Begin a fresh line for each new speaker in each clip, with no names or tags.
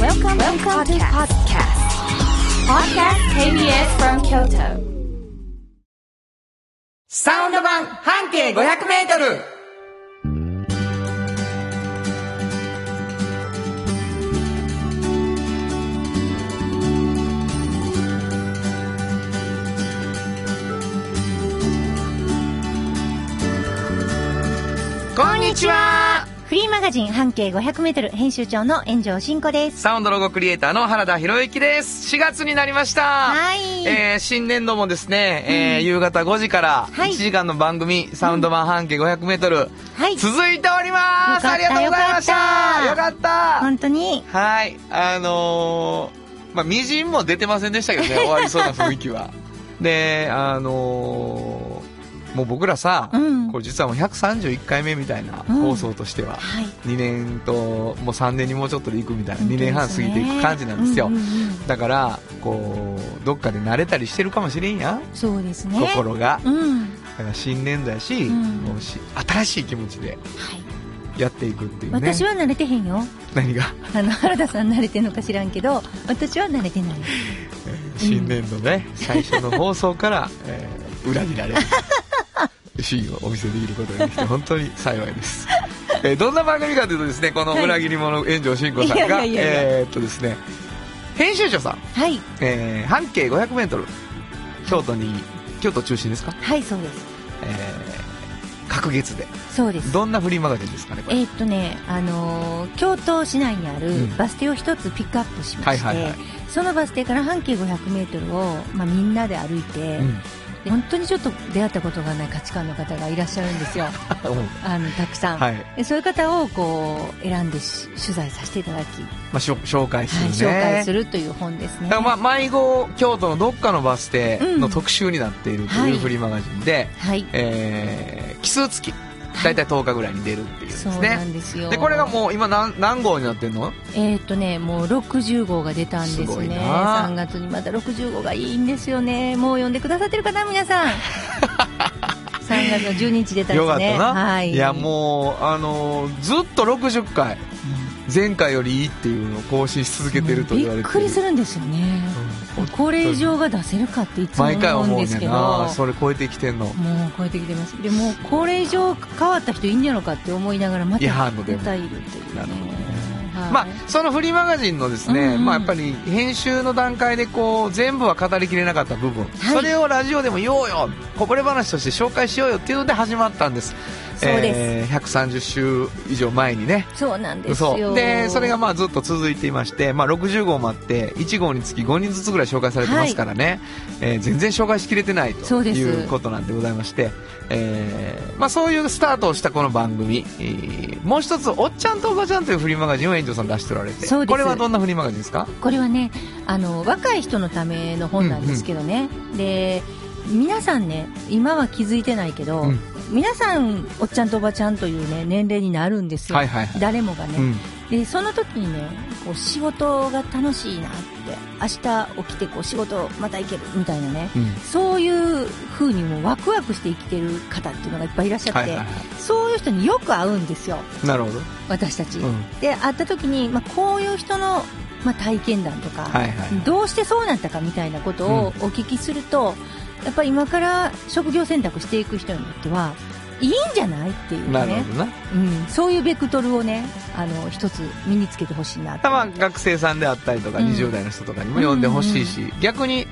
Welcome, Welcome to podcast. Podcast KBS from Kyoto.
サウンド版半径500メートルこんにちは
フリーマガジン半径500メートル編集長の炎上真子です。
サウンドロゴクリエイターの原田博之です。4月になりました。
はい
えー新年度もですね、えー夕方5時から
はい
1時間の番組、サウンド版半径500メートル、
はい
続いておりま
よ
す
か
あ
っ
り
た
がとうございましたよ
よ
か
か
った
本当に。
はい、あのーまあ、みじんも出てませんでしたけ どね、終わりそうな雰囲気は。で、あのーもう僕らさ、
うん
これ実はもう131回目みたいな、
うん
放送としては。
はい。
2年ともう3年にもうちょっとで行くみたいな、
本当
2
ですね
年半過ぎていく感じなんですよ、
うんうんうん
だからこうどっかで慣れたりしてるかもしれんや、
そうですね。
心が
うん。は
だから新年度やし,、
ん
もうし新しい気持ちで
い。
やっていくっていうね
私は慣れてへんよ。
何が
あの、原田さん慣れてんのか知らんけど、私は慣れてない。
新年度ね、最初の放 送から、えー裏切られるシーンをお見せできることがで きて本当に幸いです、えーどんな番組かというとですねこの裏切り者炎上慎吾さんが、
はいいやいやいやいや
えーっとですね編集長さん
はい。
えー半径 500m 京都に京都中心ですか、
はい、そうです。
えー、隔月で
そうです。
どんなフリーマガジンですかねこれ、
えーっとね、あのー京都市内にある
うん
バス停を一つピックアップしまして、
はいはいはい
そのバス停から半径500メートルを、まあ、みんなで歩いて、 で本当にちょっと出会ったことがない価値観の方がいらっしゃるんです よ。
うんうん
あのたくさん、
はい、
でそういう方をこう選んでし取材させていただき、
まあ、しょ紹介す
はい、紹
るね、
介するという本ですね。
だからまあ、迷子京都のどっかのバス停の
うん
特集になっていると
はいいう
フリーマガジンで、
はい、
えー奇数月大体10日ぐらいに出るっていうです
そう
ね、
なんですよ。
でこれがもう今何何号になってんの
えーっ、とね、もう60号が出たんですね。
すごいな
3月にまた60号がいいんですよね。もう読んでくださってるかな、皆 さん。3月の12日出たんですね。
よかったな、
はい。
やもう、あのーずっと60回前回よりいいっていうのを更新し続けてると言われて
びっくりするんですよね。
うん
これ以上が出せるかっていつも
毎回
思うん
思う
で
ね
す
ん
けど。
なそれ超えてきてんの
もう超えてきてますでもうこれ以上変わった人いいんやろかって思いながらま
い
た
やあのでも
またいるっていうね
なるほどね
はい
まあ、そのフリーマガジンのですね、
うんうん
まあ、やっぱり編集の段階でこう全部は語りきれなかった部分、それをラジオでも言おうよこぼれ話として紹介しようよっていうので始まったんです
そうです
えー130週以上前にね
そうなんです
そ
よ
うでそれがまあずっと続いていまして、まあ、60号もあって1号につき5人ずつぐらい紹介されてますからね、えー全然紹介しきれてない
そ
と
うです
いうことなんでございまして、えーまあ、そういうスタートをしたこの番組、えーもう一つ「おっちゃんとおばちゃん」というフリーマガジンを園長さん出しておられて
そうです
これはどんなフリーマガジンですか
これはねあの若い人のための本なんですけどね、で皆さんね今は気づいてないけど、
うん
皆さんおっちゃんとおばちゃんというね年齢になるんですよ、
はいはいはい
誰もがね、
うん
でその時にねこう仕事が楽しいなって明日起きてこう仕事また行けるみたいなね、
うん
そういう風にもうワクワクして生きてる方っていうのがいっぱいいらっしゃって、
はいはいは
そういう人によく会うんですよ
いなるほど、
私たち、
うん
で会った時に、まあ、こういう人の、まあ、体験談とか、
はいはい
どうしてそうなったかみたいなことをお聞きすると、やっぱり今から職業選択していく人にとってはいいんじゃないっていう
なる
ね
ほ、どな
うん、そういうベクトルをねあの一つ身につけてほしいなと
まあ学生さんであったりとか
うん
20代の人とかにも読んでほしいし、逆に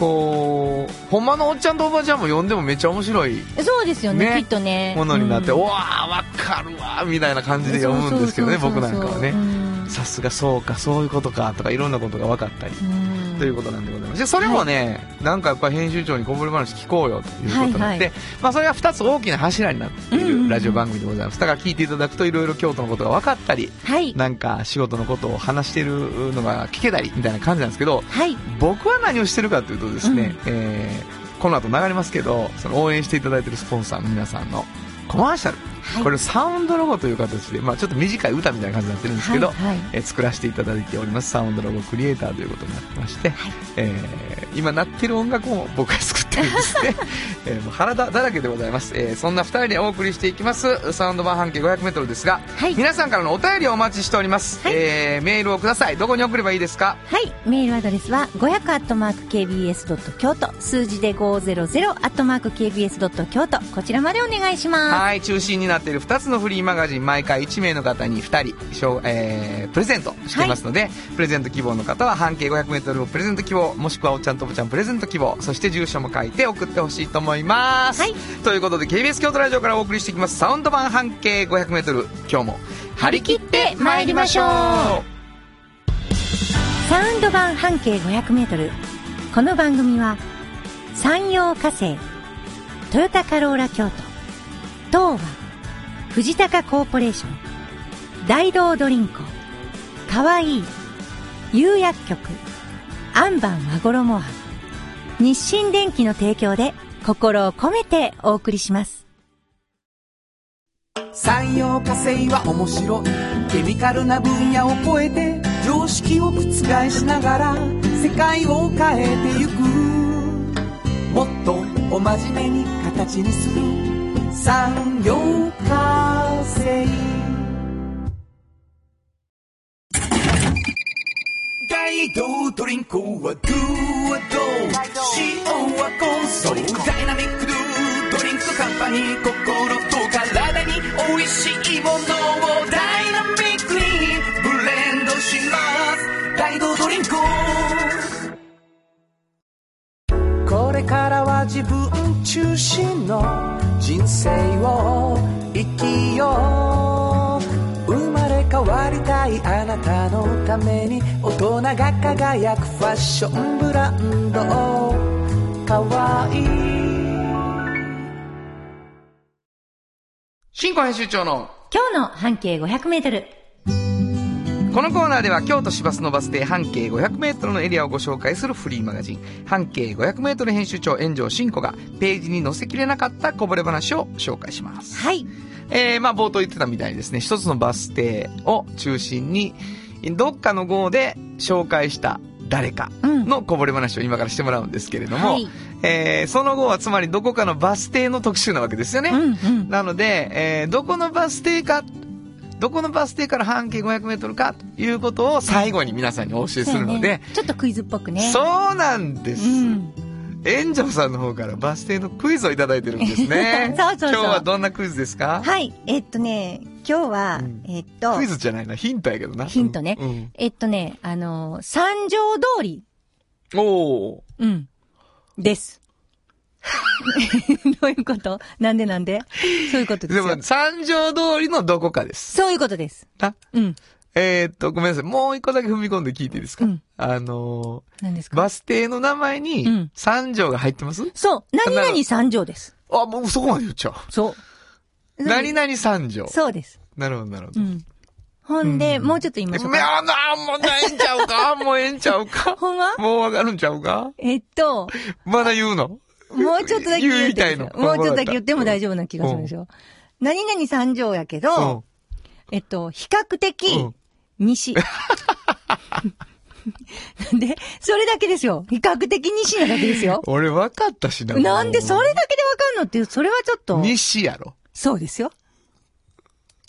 こうほんまのおっちゃんとおばちゃんも読んでもめっちゃ面白い
そうですよね
ね
きっとね
ものになって、
うん
おわーわかるわーみたいな感じで読むんですけどね
そうそう
僕
そう
な
そ
ん
う
かはね
うん
さすがそうかそういうことかとかいろんなことが分かったり、
うん
ということなんでございますでそれもね、なんかやっぱり編集長にこぼれ話聞こうよということになって、
はい
まあ、それが2つ大きな柱になってい
うんうんう
る
ん
ラジオ番組でございます、だから聞いていただくといろいろ京都のことが分かったり
はい
なんか仕事のことを話してるのが聞けたりみたいな感じなんですけど
はい
僕は何をしてるかというとですね、えーこの後流れますけどその応援していただいてるスポンサーの皆さんのコマーシャル
い
これをサウンドロゴという形で、まあ、ちょっと短い歌みたいな感じになってるんですけど、
はいはい
えー作らせていただいておりますサウンドロゴクリエイターということになってまして、
はい
えー今鳴ってる音楽も僕が作ってるんですね、 えーもう原田だらけでございます、えーそんな2人でお送りしていきますサウンド版半径 500m ですが、
はい
皆さんからのお便りをお待ちしております、
はい
えーメールをくださいどこに送ればいいですか
はい。メールアドレスは、500 KBS ドット京都、数字で500 KBS ドット京都、こちらまでお願いしま
はい中心になっている2つのフリーマガジン毎回1名の方に2人しょう、えープレゼントしていますので、プレゼント希望の方は半径 500m をプレゼント希望もしくはおっちゃんともちゃんプレゼント希望そして住所も書いて送ってほしいと思います、
はい
ということで KBS 京都ラジオからお送りしていきますサウンド版半径 500m 今日も張り切ってまいりましょう
す。サウンド版半径500メートル。この番組は、山陽火星、トヨタカローラ京都、東和、藤高コーポレーション、大道ドリンク、かわいい、釉薬局、アンバン和衣は、日清電機の提供で心を込めてお送りします。
産業化成は面白いケミカルな分野を超えて常識を覆しながら世界を変えてゆくもっとお真面目に形にする産業化成大道ドリンクはドゥはドゥ塩はコンソールダイナミックドゥドリンクカンパニー心と体に美味しいものをダイナミックにブレンドします大道ドリンクこれからは自分中心の人生を生きよう生まれ変わりたいあなたのために大人が輝くファッションブランドかわいい
新婚編集長の
今日の半径500メートル。
このコーナーでは京都市バスのバス停半径 500m のエリアをご紹介するフリーマガジン半径 500m 編集長炎上真子がページに載せきれなかったこぼれ話を紹介します。
はい。
えー、まあ冒頭言ってたみたいにですね、一つのバス停を中心に、どっかの号で紹介した誰かのこぼれ話を今からしてもらうんですけれども、
はい
えーその号はつまりどこかのバス停の特集なわけですよね。
うんうん。
なので、えーどこのバス停か、どこのバス停から半径500メートルかということを最後に皆さんにお教えするの
そうや
で
ね、ちょっとクイズっぽくね。。
そうなんです。
ん。
炎上さんの方からバス停のクイズをいただいてるんですね
。そうそうそう
今日はどんなクイズですか、
はい。えっとね、今日は、
うん
えっと、
クイズじゃないな、ヒントやけどな。
ヒントね
うん
えっとね、あのー、三条通り。
うんおー
うん。です。 どういうことなんでなんでそういうことです
で
よ
も、。三条通りのどこかです。
そういうことです。
な
うん。
えーっと、ごめんなさい。もう一個だけ踏み込んで聞いていいですか、
うん
あの
何です
ー
か
バス停の名前
う
に
ん、
三条が入ってます、
そう。何々三条です。
あ、もうそこまで言っちゃう。
そう。
何々三条。
そうです。
なるほど、なるほ
う
ど。
ん。ほんで、もうちょっと言いましょう
い
か。
や、なんもないんちゃうかもうええんちゃ うか
ほんま
もうわかるんちゃうか
えっと、
まだ言うの
もうちょっとだけ言っていいですよ
言いたいの
もうちょっとだけ言っても大丈夫な気がするでしょ。何々三条やけど、えっと、比較
う
的
ん、
西。 なんで、それだけですよ。比較的西なだけですよ。
俺わかったしな。
なんでそ
れ
れだけでわかんのっていう、それはちょっと、
西やろ。
そうですよ。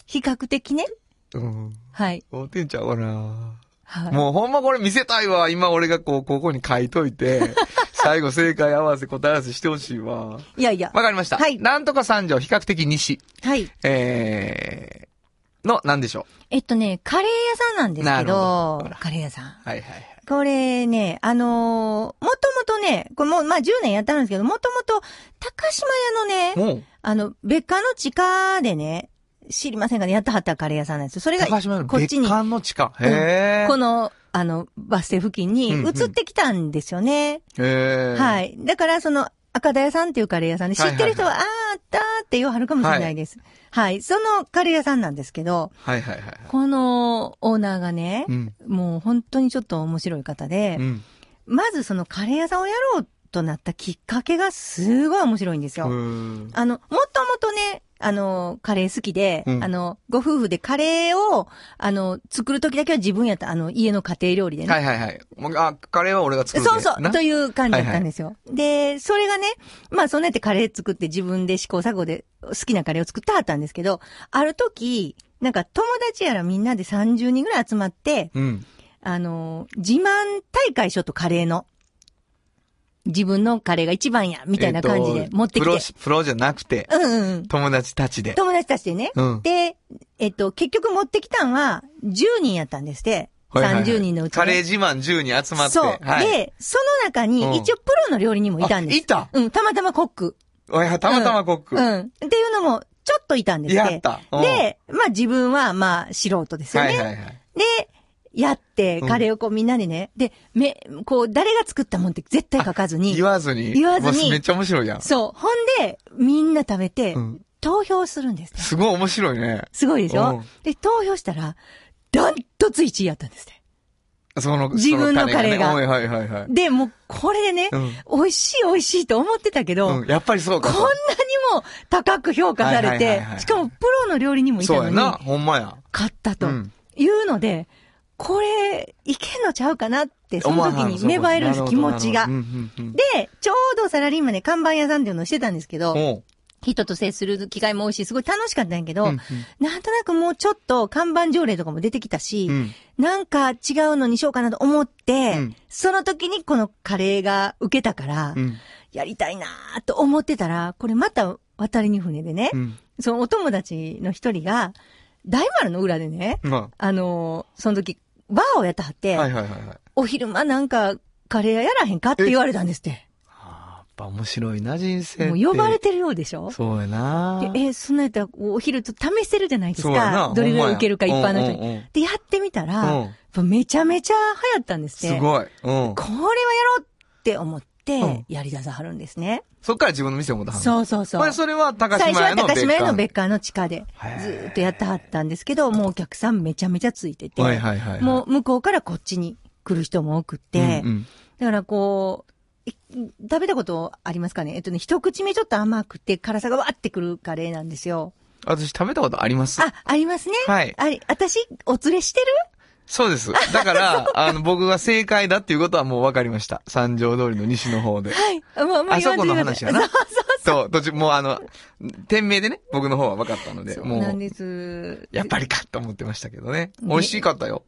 比較的ね。
うん。
はい。
合うてんちゃうかな。
はい。
もうほんまこれ見せたいわ。今俺がこう、ここに書いといて、 最後正解合わせ答え合わせしてほしいわ。
いやいや。
わかりました。
はい
なんとか三条、比較的西。
はい。
えー、の、なんでしょ
えっとね、カレー屋さんなんです
な
け
るほど
ど
ほら、
カレー屋さん。
う。はいはいはい。
これね、あのーもともとね、これもう、まあ、10年やったんですけど、もともと、高島屋のね、
もう、
あの、別館の地下でね、知りませんかね、やったはったカレー屋さんなんですよ。それが、
高島の
こっ
別
ちに、こ
館の地下。へー。
の、あの、バス停付近に
うんうん
移ってきたんですよね。
へー
はい。だから、その、赤田屋さんっていうカレー屋さんで、知
はい
ってる人は、あーあったーって言わはるかもしれないです。はい、そのカレー屋さんなんですけど、
はいはいはいはい。
このオーナーがね、
うん。
もう本当にちょっと面白い方で、
うん。
まずそのカレー屋さんをやろうとなったきっかけがすごい面白いんですよ。
うん
あの、もともとね、あの、カレー好きで、
うん
あの、ご夫婦でカレーを、あの、作るときだけは自分やった、あの、家の家庭料理でね。
はいはいはい。もうあ、カレーは俺が作るんで
そうそう、
な
という感じだったんですよ。で、それがね、まあ、そんなやってカレー作って自分で試行錯誤で好きなカレーを作ってはったんですけど、ある時、なんか友達やらみんなで30人ぐらい集まって、
うん。
あの、自慢大会しょとカレーの。自分のカレーが一番や、みたいな感じ
え
で
っと
持ってきて。
プロし、プロじゃなくて、
うんうんうん。
友達たちで。
友達たちでね。
うん
で、えっと、結局持ってきたんは10人やったんですって。
はいはいはい
30人のうち、ね。
カレー自慢10人集まって。
そう、
はい、
で、その中に
うん
一応プロの料理人もいたんです。
あいた
うん、たまたまコック。
おいたまたまコック。
うん。っていうのも、ちょっといたんですって
やったうん
で、まあ自分は、まあ素人ですよね。
はいはいはい。
で、やって、
うん
カレーをこうみんなでね、で、め、こう、誰が作ったもんって絶対書かずに。
言わずに。
言わずに
もうめっちゃ面白いやん。
そう。ほんで、みんな食べて、
うん
投票するんですって。
すごい面白いね。
すごいでし
う
ょ
ん
で、投票したら、ダントツ1位やったんですって。
その、
自分の
そ種
カレ
ね
ー
はいはいはいはい。
で、もう、これでね、
うん
美味しい美味しいと思ってたけど、
うん、やっぱりそう
こ
か。
んなにも高く評価され
はいはい
て
はいは、い
しかもプロの料理にもいた
そう
の
や
に、
な。
買
ほんまや。
ったと
うん
いうので、これ、いけんのちゃうかなって、そ
思
の
わ
時
な
に芽生えるんです、気持ちが。
うんうんうん
で、ちょうどサラリーマンで看板屋さんっていうのをしてたんですけど、
おう
人と接する機会も多いし、すごい楽しかったんやけど、
うんうん
なんとなくもうちょっと看板条例とかも出てきたし、
うん
なんか違うのにしようかなと思って、
うん
その時にこのカレーが受けたから、
うん
やりたいなーと思ってたら、これまた渡りに船でね、
うん
そのお友達の一人が、大丸の裏でね、
ま
あのーその時、バーをやってはって、
あ、はいはいはいはい。
お昼間なんかカレー屋やらへんかって言われたんですって。
あーやっぱ面白いな、人生って。
もう呼ばれてるようでしょ
そうやな。
でえ、そんなんやったらお昼と試せるじゃないです
そうやな
か。どれぐらい受けるか一
ほんま
般
や
の人
うんうんう
に
ん。
で、やってみたら、
うん
やっぱめちゃめちゃ流行ったんです
す
って。
ごい。うん
こ。れはやろうって思っ
うん
て、やりださはるんですね。
そっから自分の店を持たはんの
そうそうそう。
まあそれは高
最
島
初は
屋の
高
別
島屋の別
館。
館の地下で
へ、ー
ずーっとやってはったんですけど、もうお客さんめちゃめちゃついてて、
はいはいはいはい
もう向こうからこっちに来る人も多くて、
うんうん
だからこう、え食べたことありますかねえっとね、一口目ちょっと甘くて辛さがわーってくるカレーなんですよ。
私食べたことあります。
あ、ありますね。
はい
あり、私、お連れしてる
そうです。だ から、あの、僕が正解だっていうことはもう分かりました。三条通りの西の方で。
はい。もう、もう
あそこ
言
の
わんといて
話
くださいそ
やな。
うそう
そう、途中、もうあの、店名でね、僕の方は分かったので、
そう
も
なん
う、
です。
やっぱりかと思ってましたけどね。
ね
美味しかったよ。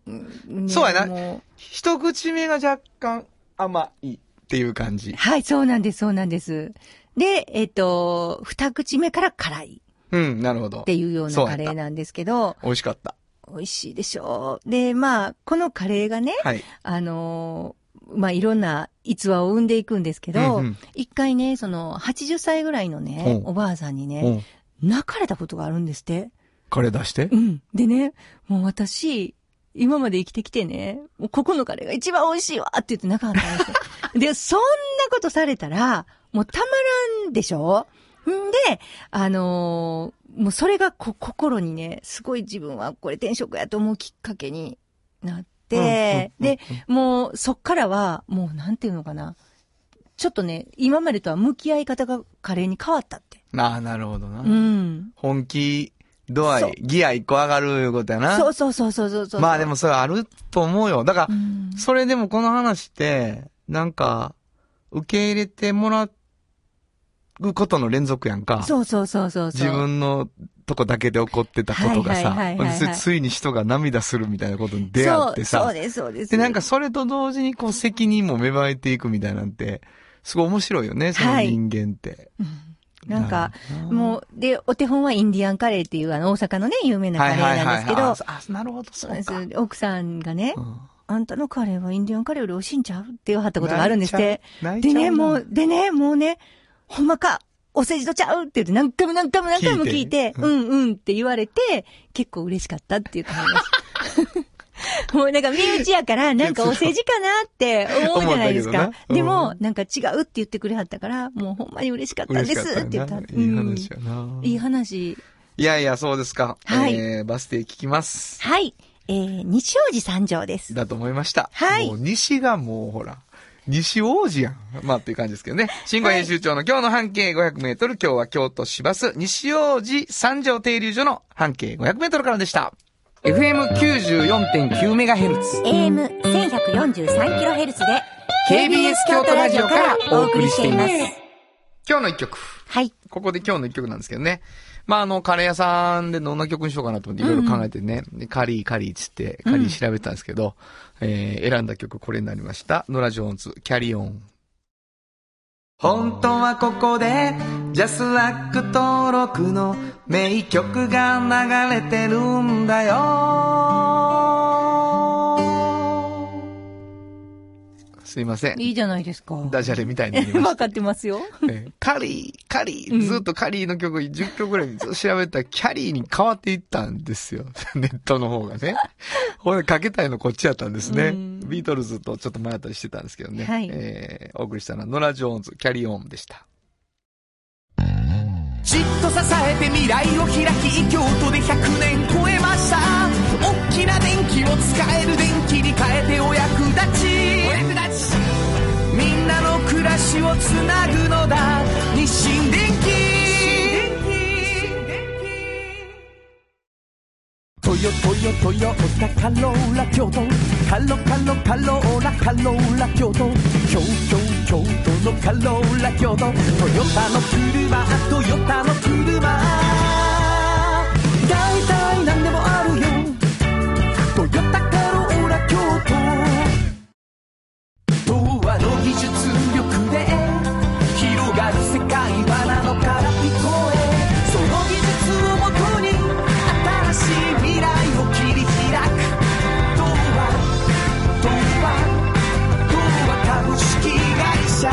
ね
そうやな
も
一口目が若干甘いっていう感じ
う。はい、そうなんです、そうなんです。で、えっと、二口目から辛い。
うん、なるほど。
っていうような
そう
カ
やった
レーなんですけど、
美味しかった。
美味しいでしょう。で、まあ、このカレーがね、
はい。
あのーまあ、いろんな逸話を生んでいくんですけ
う
ど
んうん、
一、回ね、その、80歳ぐらいのね、
うん
おばあさんに
う
ね、
ん。
泣かれたことがあるんですって。
カレー出して
う。ん。でね、もう私、今まで生きてきてね、もうここのカレーが一番美味しいわって言ってなかったんです よ。で、そんなことされたら、もうたまらんでしょんで、あのーもうそれがこ心にね、すごい自分はこれ転職やと思うきっかけになって、
うんうんうんうん
で、もうそっからは、もうなんていうのかな。ちょっとね、今までとは向き合い方がカレーに変わったって。
ああ、なるほどな。
うん。
本気度合
そう
い、ギア一個上がるいうことやな。
そうそうそうそうそうそう。
まあでもそれあると思うよ。だか
う、
ら
ん、
それでもこの話って、なんか、受け入れてもらうことの連続やんか。
そうそうそうそうそう。
自分のとこだけで起こってたことがさ、
はいはいはいはいはい
ほんでつついに人が涙するみたいなことに出会って
そうそ
さ
う、です、そうです。
で、なんか、それと同時にこう責任も芽生えていくみたいなんて、すごい面白いよね、その
はい
人間って。
なんか、
な
もう、で、お手本はインディアンカレーっていう、あの、大阪のね、有名なカレーなんですけど、
あ、なるほど、そ
そうで
う
す
か。
奥さんがね、
うん
あんたのカレーはインディアンカレーより美味しいんちゃうって言わはったことがあるんですって。
泣いちゃ
でね、
う泣いちゃうな
もう、でね、もうね、ほんまか、お世辞とちゃうって言って何回も何回も何回も聞
聞
い
い
て
て、
うんうんって言われて、結構嬉しかったって言ってはりました。 もうなんか身内やから、なんかお世辞かなって思うじゃないです
思
か
ったけど。な
でも
う、
なんか違うって言ってくれはったから、もうほんまに嬉しかったで
嬉し
す
かっ
って言ったては
よ
った。
ないい話やな。
うんいい話。
いやいや、そうですか。
はい
えー、バス停聞きます。
はい。えー、西王子三条です。
だと思いました。
はい
もう西がもうほら、西王子やん。まあっていう感じですけどね。新語編集長の今日の半径500メートル、今日は京都市バス西王子三条停留所の半径500メートルからでした。FM94.9 メガヘルツ。
AM1143kHz で
KBS 京都ラジオからお送りしています今日の一曲。
はい。
ここで今日の一曲なんですけどね。まあ、あの、カレー屋さんでどんな曲にしようかなと思っていろいろ考えてね、でカリーカリーっつって、カリー調べたんですけど、えー選んだ曲これになりました。ノラ・ジョーンズ、キャリオン。本当はここで、ジャスラック登録の名曲が流れてるんだよ。すいません。
いいじゃないですか。
ダジャレみたいになりました。
わかってますよ。
えーカリー、カリー、ずっとカリーの曲10曲ぐらいずっと調べたら、キャリーに変わっていったんですよ。 ネットの方 がね。ほら、かけたいのこっちやったんですね。
うん
ビートルズとちょっと迷ったりしてたんですけどね。
はい
えーお送りしたのは、ノラ・ジョーンズ、キャリーオンでした。
じっと支えて未来を開き京都で100年超えました大きな電気を使える電気に変えてお役立ちお役立ちみんなの暮らしをつなぐのだ日清電気トヨトヨトヨタカローラ京都カロカロカローラカローラ京都京京京都のカローラ京都トヨタの車トヨタの車大体何でもあるよトヨタカローラ京都童話の技術力で広がる世界はなのから聞こえその技術をもとに新しい未来を切り開く童話童話童話株式会社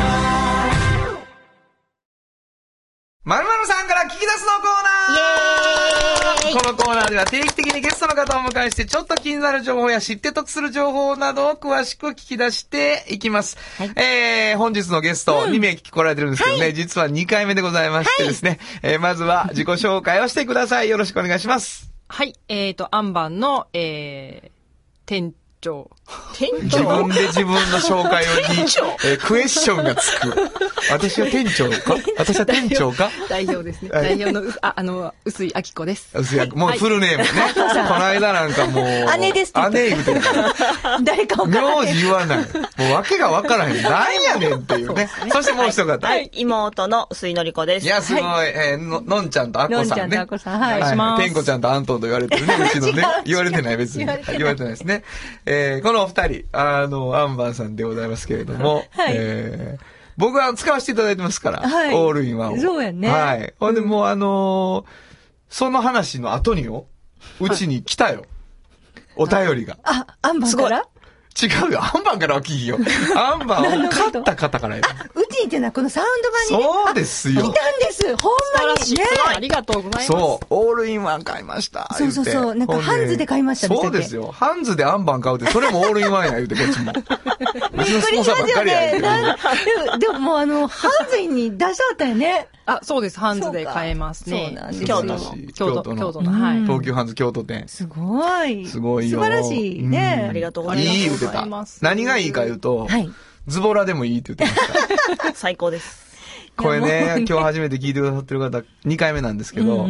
まるまるさんから聞き出すのコーナーこのコーナーでは定期的にゲストの方をお迎えして、ちょっと気になる情報や知って得する情報などを詳しく聞き出していきます。えー、本日のゲスト、2名聞き来られてるんですけどね、実は2回目でございましてですね、えーまずは自己紹介をしてください。よろしくお願いします。
はい、えっ、ー、と、アンバンの、えー、店長。店
自 分で自分の紹介をに、えークエスチョンがつく。私は店長 か私は店長か
代表ですね。
はい
代表のう、あ、あの、薄井明子です。
薄焼きもうフルネームね。この間なんかもう。
姉ですって言った
姉言うてるから。
誰かわから
名
ない。
字言わない。もう訳がわか らへん。なんやねんっていうね。そしてもう一方。
はいい、妹の薄井のりこです。
や、すごい。えーの、のんちゃんとあっこさ
の
んね。
んちゃんとあっこさんはい
お願いします
てんこちゃんとあんとんと言われ てるね、うちのね
違う。
言われてない、別
言
に。
われてない
言われてないですね。えーこのお二人、あの、アンバンさんでございますけれども、
はい
えー僕は使わせていただいてますから、
はい
オールインワンを。
そうやね
はい。ほんで、もうあのーその話の後によ、うちに来たよ。お便りが。
あ、アンバンから
違うよ。アンバンからは聞いよ。アンバンを買った方からよ。
うちにじゃない、このサウンド版にね。
そうです
来た
よ
ん。ですほんまにね
すごいありがとうございます。
そう、オールインワン買いました。
そうそうそう
言て
なんか
ほで
ハンズで買いましたでした
そ
っ
う
け
ですよ。ハンズでアンバン買うって、それもオールインワンや言うて、こ っちも。うちのスポンサーばっかりや言うて
なんでも、でももうあの、ハンズインに出しちゃったよね。
あ、そうです。ハンズで買えますね。
そうかそうなんです
素晴らしい。
京都の京
京都
都、
の
京都の。はい。
東急ハンズ京都店。
すごい。
すごいよ。
素晴らしいね。
ん
ありがとうございます
いい言うて
ありがとうござ
た
います。
何がいいか言うと
はい、
ズボラでもいいって言って ました。
最高です。
これ
いやも
ね
う、ね
今日初めて聞いてくださってる方、2回目なんですけど、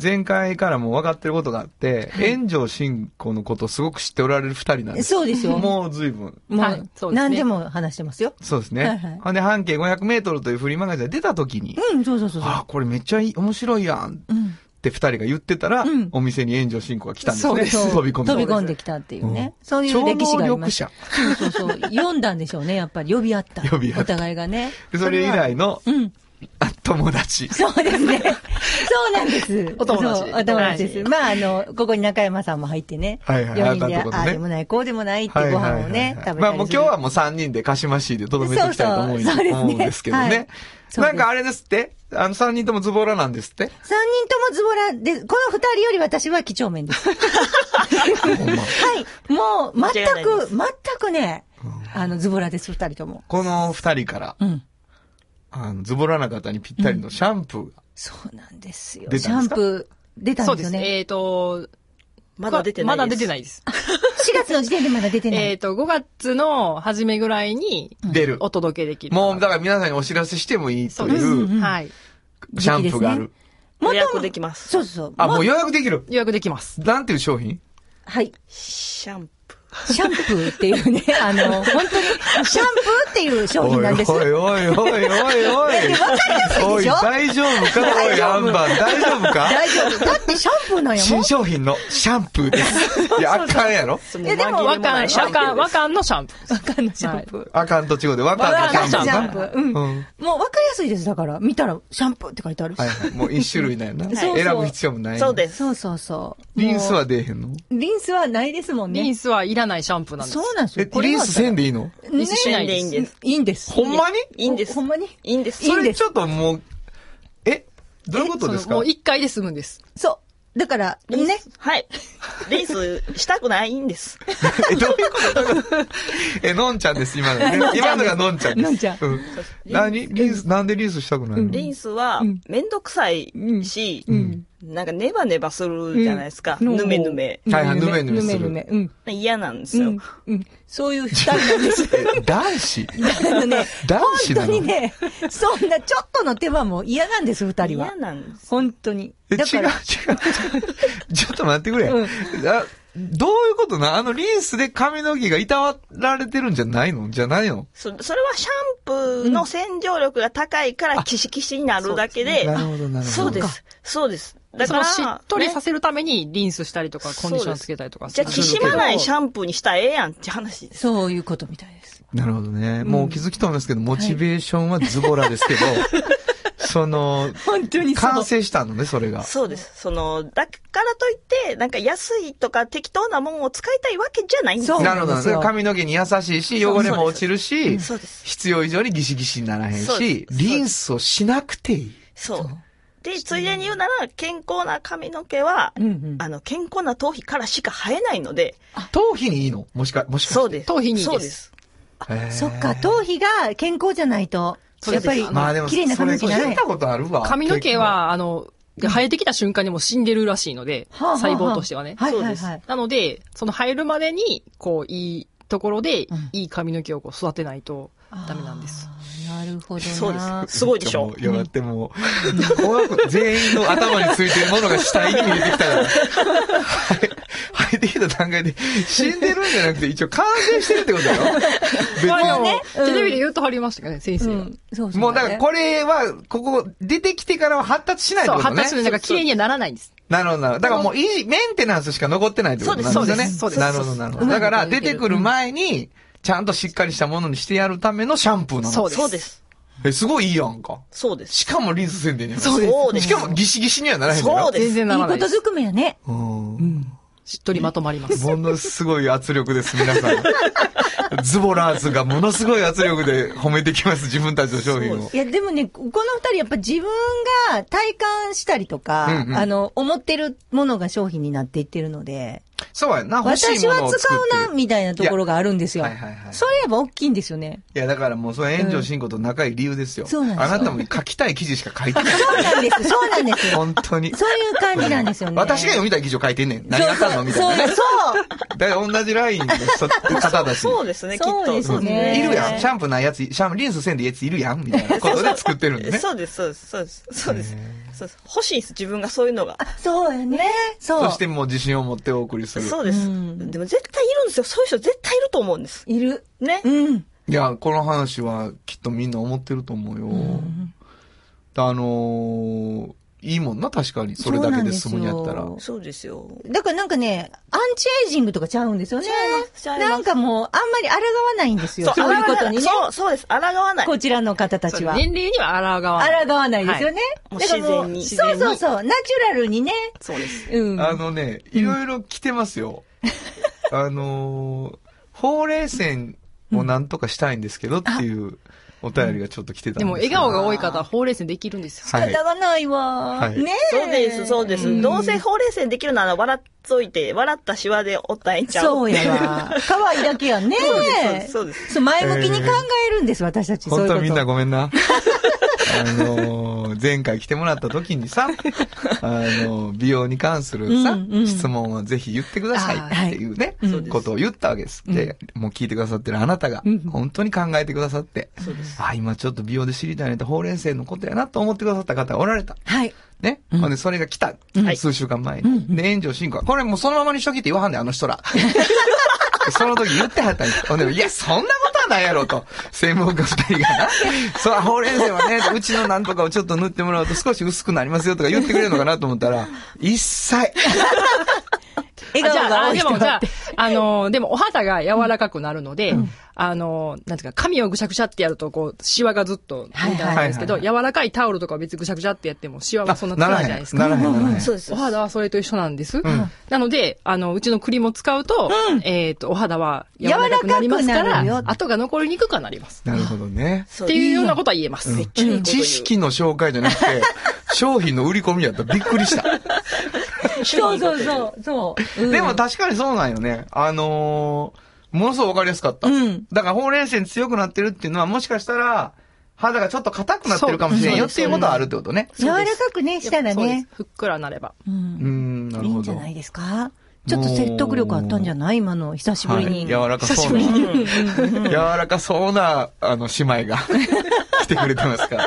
前回からもう分かってることがあって、炎上進行のことすごく知っておられる2人なんです。
そうですよ。も
もう随分。
う、
はいそうですね
何でも話してますよ。
そうです
はいはい
ね。ほんで、半径500メートルというフリーマガジンが出た時に、
うん、そうそうそうそう。
あ、これめっちゃいい、面白いやん。って二人が言ってたら、
ん
お店に炎上進行が来たんです
そう
ね。
です
飛び込んで。
飛び込ん
で。
できたっていうね。
うん
そういう歴史があり
超能
ま
力
す
者。
そうそうそう。読んだんでしょうね、やっぱり。呼び合った。
呼び合った
お互いがね。
でそれ以来の、
うん。
あ友 達。
そうです ね。そうなんです。
お友達
そうお友達です。
はい
まあ、あの、ここに中山さんも入ってね。
はいはい
4人で、
あなたのとこね
ああでもない、こうでもないって
はい
ご
はい
飯
はい
を
はい
ね、食べたり
まあもう
する
今日はもう三人で鹿島市でとどめていきたいと思う
そうそうそうですね
思うんですけど
は
ね
い。そうです
なんかあれですってあの三人ともズボラなんですって
三人ともズボラで、この二人より私は几帳面です。 はい。もう、全
間違いない
く、全くね、あの、ズボラです、二人とも。
この二人から、
ん
あのズボラな方にぴったりのシャンプーが。
そうなんですよ。
出
シ
たん
ャ
です
ン
か
プー、出た
そ
ん
う
で
です
よ
す。
ね。
えっ、ー、と、
まだ出てないです。
まだ出てないです。
月の時点でまだ出てない。
えっと、5月の初めぐらいに
出る。
お届けできる。
もう、だから皆さんにお知らせしてもいいとい
そうです
う、
うん
はい。
シャンプーがあ
時
る。
予約できます。
そうそう。
あ、もう予約できる。
予約できます。
なんていう商品
はい。
シャンプ
シャンプーっていうね、あの、本当に、シャンプーっていう商品なんです。
おいおいおいおいおいおい。おい、大丈夫かおい、アンバン、大丈夫か
大丈夫。だってシャンプーなんやも
新商品のシャンプーです。いや、あかんやろ
ー。
え、でも、
わ
和漢、和漢、和漢のシャンプー。和漢の
シャンプー。
あかんと違うで、わかん
ん。
とシ
シ
ャ
ャ
ン
ン
プ
プー。
ー
うん。
な。
も
うん。
うわかりやすいです。だから、見たら、シャンプーって書いてあるし
はい。はい。もう一種類なんやな。
そうそう
選ぶ必要もない。。
そうですす。
そうそうそう。
リンス
も
は出えへんの
う。リンスはないですもんね。
リンスはいらないシャンプーなんです。
そうなんです
え
よ。、これ
リ
は
ンスせんでいいの
ね
リンスしない
でいいん
で。
ですす。
いいんです。
ほんまに
いいんです
ほ。んまに
いいんです。
いい
そ
ん
れ
です
ちょっともう、え、どういうことです
その
か
もう1回で済むんです。
そう。だから、
リン
ね
ス。はい。リンスしたくないんです。
え、どういうことどういうこと え、のんちゃんです、今のね。今のがのんちゃんです。
のんちゃん
うん。何リンス、なんでリンスしたくないの
リンスは、めんどくさいし、なんかネバネバするじゃないですか。
うん
ぬめぬめ。
はいはいぬめぬめす
ぬ
る
めぬめ。うん。
嫌なんです
う
よ
ん。。うん。そういう二人なんです。
え男子
あのね、
男
本
子な
当
の
にね、そんなちょっとの手間も嫌なんです、二人は
嫌。なんです。
本当に。
え、違う
だから、
違う。 ちょっと待ってくれ。
うん
あどういうことなあのリンスで髪の毛がいたわられてるんじゃないのじゃないの
そそれはシャンプーの洗浄力が高いからキシキシになるだけで、
なるほど、なるほど。
そうです。そうです。だ
そ
か
の
ら、
しっとり
ね
させるためにリンスしたりとか、コンディションつけたりとか
じゃあ、きしまないシ
ン
ャンプーにしたらええやんって話です。
そういうことみたいです。
なるほどね。もうお気づきと思いますけど、モチベーションはズボラですけど、その、
本当にそう
完。成したのね、それが。
そうです。その、だからといって、なんか安いとか適当なもんを使いたいわけじゃないんです
そう
なるほど
なん
ね。
ですよ
髪の毛に優しいし、汚れも落ちるし、
そうです。
必要以上にギシギシにならへん
そう
し
で、す
リンスをしなくていい。
そう。で、ついでに言うなら、健康な髪の毛は、
うんうん
あの、健康な頭皮からしか生えないので、
頭皮にいいのもしか、もしかして。
そうです。
頭皮にです
そうです。
へー
そっか、頭皮が健康じゃないと、
そう
や
で
っ
す
ぱり、
まあでも、
綺麗な髪の毛
そ
に
れ
なら
聞
ない
いた。ことあるわ。
髪の毛は、あの、生えてきた瞬間にもう死んでるらしいので、
はあはあはあ
細胞としてはね。
はい
そう
はい
です
はい。
なので、その生えるまでに、こう、いいところで
ん、
いい髪の毛をこう育てないとダメなんです。
あー。なるほどな。
そうです。
結構。
すごいでし
も
ょ
う。いや、だってもう、怖く、全員の頭についてるものが死体に見えてきたから。はい入ってきた段階で、死んでるんじゃなくて、一応完成してるってことだよ。別に
まあでも
うん
テレビで言うとはりましたけどね、先
う
生が。
ん。そうそう。
もうだから、これは、ここ、出てきてからは発達しないって
そう、
こと
発
ね。
達するだから綺麗にはならないんです。
なるほど、なるほど。だからもう、いい、メンテナンスしか残ってないってことなんですよね。
そうですそうですそう
な
です
るほど、なるほど。だから、出てくる前に、ちゃんとしっかりしたものにしてやるためのシャンプーなの。
そうです
そうです。
え、すごいいいやんか。
そうです。
しかもリンスせんでね。
そうですそうです
しかもギシギシにはならへんだろ
そうです
全然ならないい
い
で
こと
す。
ずくめやね。
うん。
しっとりまとまります。
ものすごい圧力です、皆さん。ズボラーズがものすごい圧力で褒めてきます、自分たちの商品を
い。や、でもね、この二人、やっぱ自分が体感したりとか、
うんうん
あの、思ってるものが商品になっていってるので、
そうやな、欲しい
私
もの
は
を
使
作って
うな、
る。
みたいなところがあるんですよ。
いやはいはいはい
そういえば大きいんですよね。
いや、だからもう、それ炎上進行と仲いい理由ですよ。
そうなんです
あ
よ
なたも書きたい記事しか書いてない。
そうなんです、そうなんです。
本当に。
そういう感じなんですよね。
私が読みたい記事を書いてんねん。何やったのみたいな
そ
ね。
うそう
だから同じラインの 人方だし。
そうですね、きっと。
そうです
う
ね
んいるやん。シャンプーないやつ、シャンプーリンスせんでいいやついるやんみたいなことで作ってる んでね。
そうです、そうです、そうです、そうです
へ
そうです。欲しいんです、自分がそういうのが。
そう。そうやね。そう。
そしてもう自信を持ってお送りする。
そうです。
うん
でも絶対いるんですよ。そういう人絶対いると思うんです。
いる。
ね。
うん。
いや、この話はきっとみんな思ってると思うよ。あのーいいもんな、確かに。それだけで済むんやったら。
そうなんです
そうですよ。
だからなんかね、アンチエイジングとかちゃうんですよね
ちゃいますちゃ。います
なんかもう、あんまり抗わないんですよ。そういうことにね。
そう、そうです。抗わない。
こちらの方たちは。
年齢には抗わない。
抗わないですよね。
はい
だからもう
もう自
そ
然
う
に
そうそう。ナチュラルにね。
そうです。
うん。
あのね、いろいろ来てま すよ。あのーほうれい線をなんとかしたいんですけどっていうお便りがちょっと来てたんです
でも、笑顔が多い方はほうれい線できるんですよ。
はい
仕方がないわ。
はい
ねえ
そうです、そうで
ん
す。どうせほうれい線できるなら笑っといて、笑ったシワでおったらええんちゃう
そうやわ。可愛いだけやね。
そうですそうですそうです
そう前向きに考えるんです、私たち。
本当は
そうい
み
うんこ
な
と
ごめんな。あのー前回来てもらった時 にさ、あのー美容に関するさ、
うんうん
質問はぜひ言ってくださ
あ
いっていうね、
はいそうです
ことを言ったわけです。で、もう聞いてくださってるあなたが
うん、
本当に考えてくださって、あ、今ちょっと美容で知りたいなって、ほうれん線のことやなと思ってくださった方がおられた。
はい。
ね。ほんで、それが来た。数週間前に。で、炎上進行。これもうそのままにしときって言わはんねん、あの人ら。その時言ってはったんです。ほんで、いや、そんなことはないやろと。専門家二人がな。そう、ほうれん線はね、うちのなんとかをちょっと塗ってもらうと少し薄くなりますよとか言ってくれるのかなと思ったら、一切。
笑
あじ
顔が
ゃあ、
多
あ
い
で
人
もじゃ
だ
あ。、あの、でもお肌が柔らかくなるので、あの、なんていうか、髪をぐしゃぐしゃってやると、こう、シワがずっと、みたいなんですけど、
はい
柔らかいタオルとかは別にぐしゃぐしゃってやっても、シワはそんなつかないじゃないです
な
か。
らへん、ならへんならへん。
そうです
お。肌はそれと一緒なんです。なので、あの、うちの栗も使うと、えっ、と、お肌は柔らかくなりますか
柔らかくなるよ
ら、跡が残りにくくなります。
なるほどね。
そ
っ
う
ていうようなことは言えます。
めっちゃいいこと言
知
う
識の紹介じゃなくて、商品の売り込みやったらびっくりした。
そうそうそう、そう。うん
でも、確かにそうなんよね。あのーものすごくわかりやすかった。
うん
だから、ほうれい線強くなってるっていうのは、もしかしたら、肌がちょっと硬くなってるかもしれんよっていうことはあるってことね。
柔らかくね、したら
そうです
ね。。
ふっくらなれば。
う
うー
ん。
ん、ないる
い
ほ
んじ
ど。
ゃないですかちょっと説得力あったんじゃない今の、久しぶ
は
り
い、
に。
柔らかそうな、柔らかそうな、あの、姉妹 が来てくれてますから。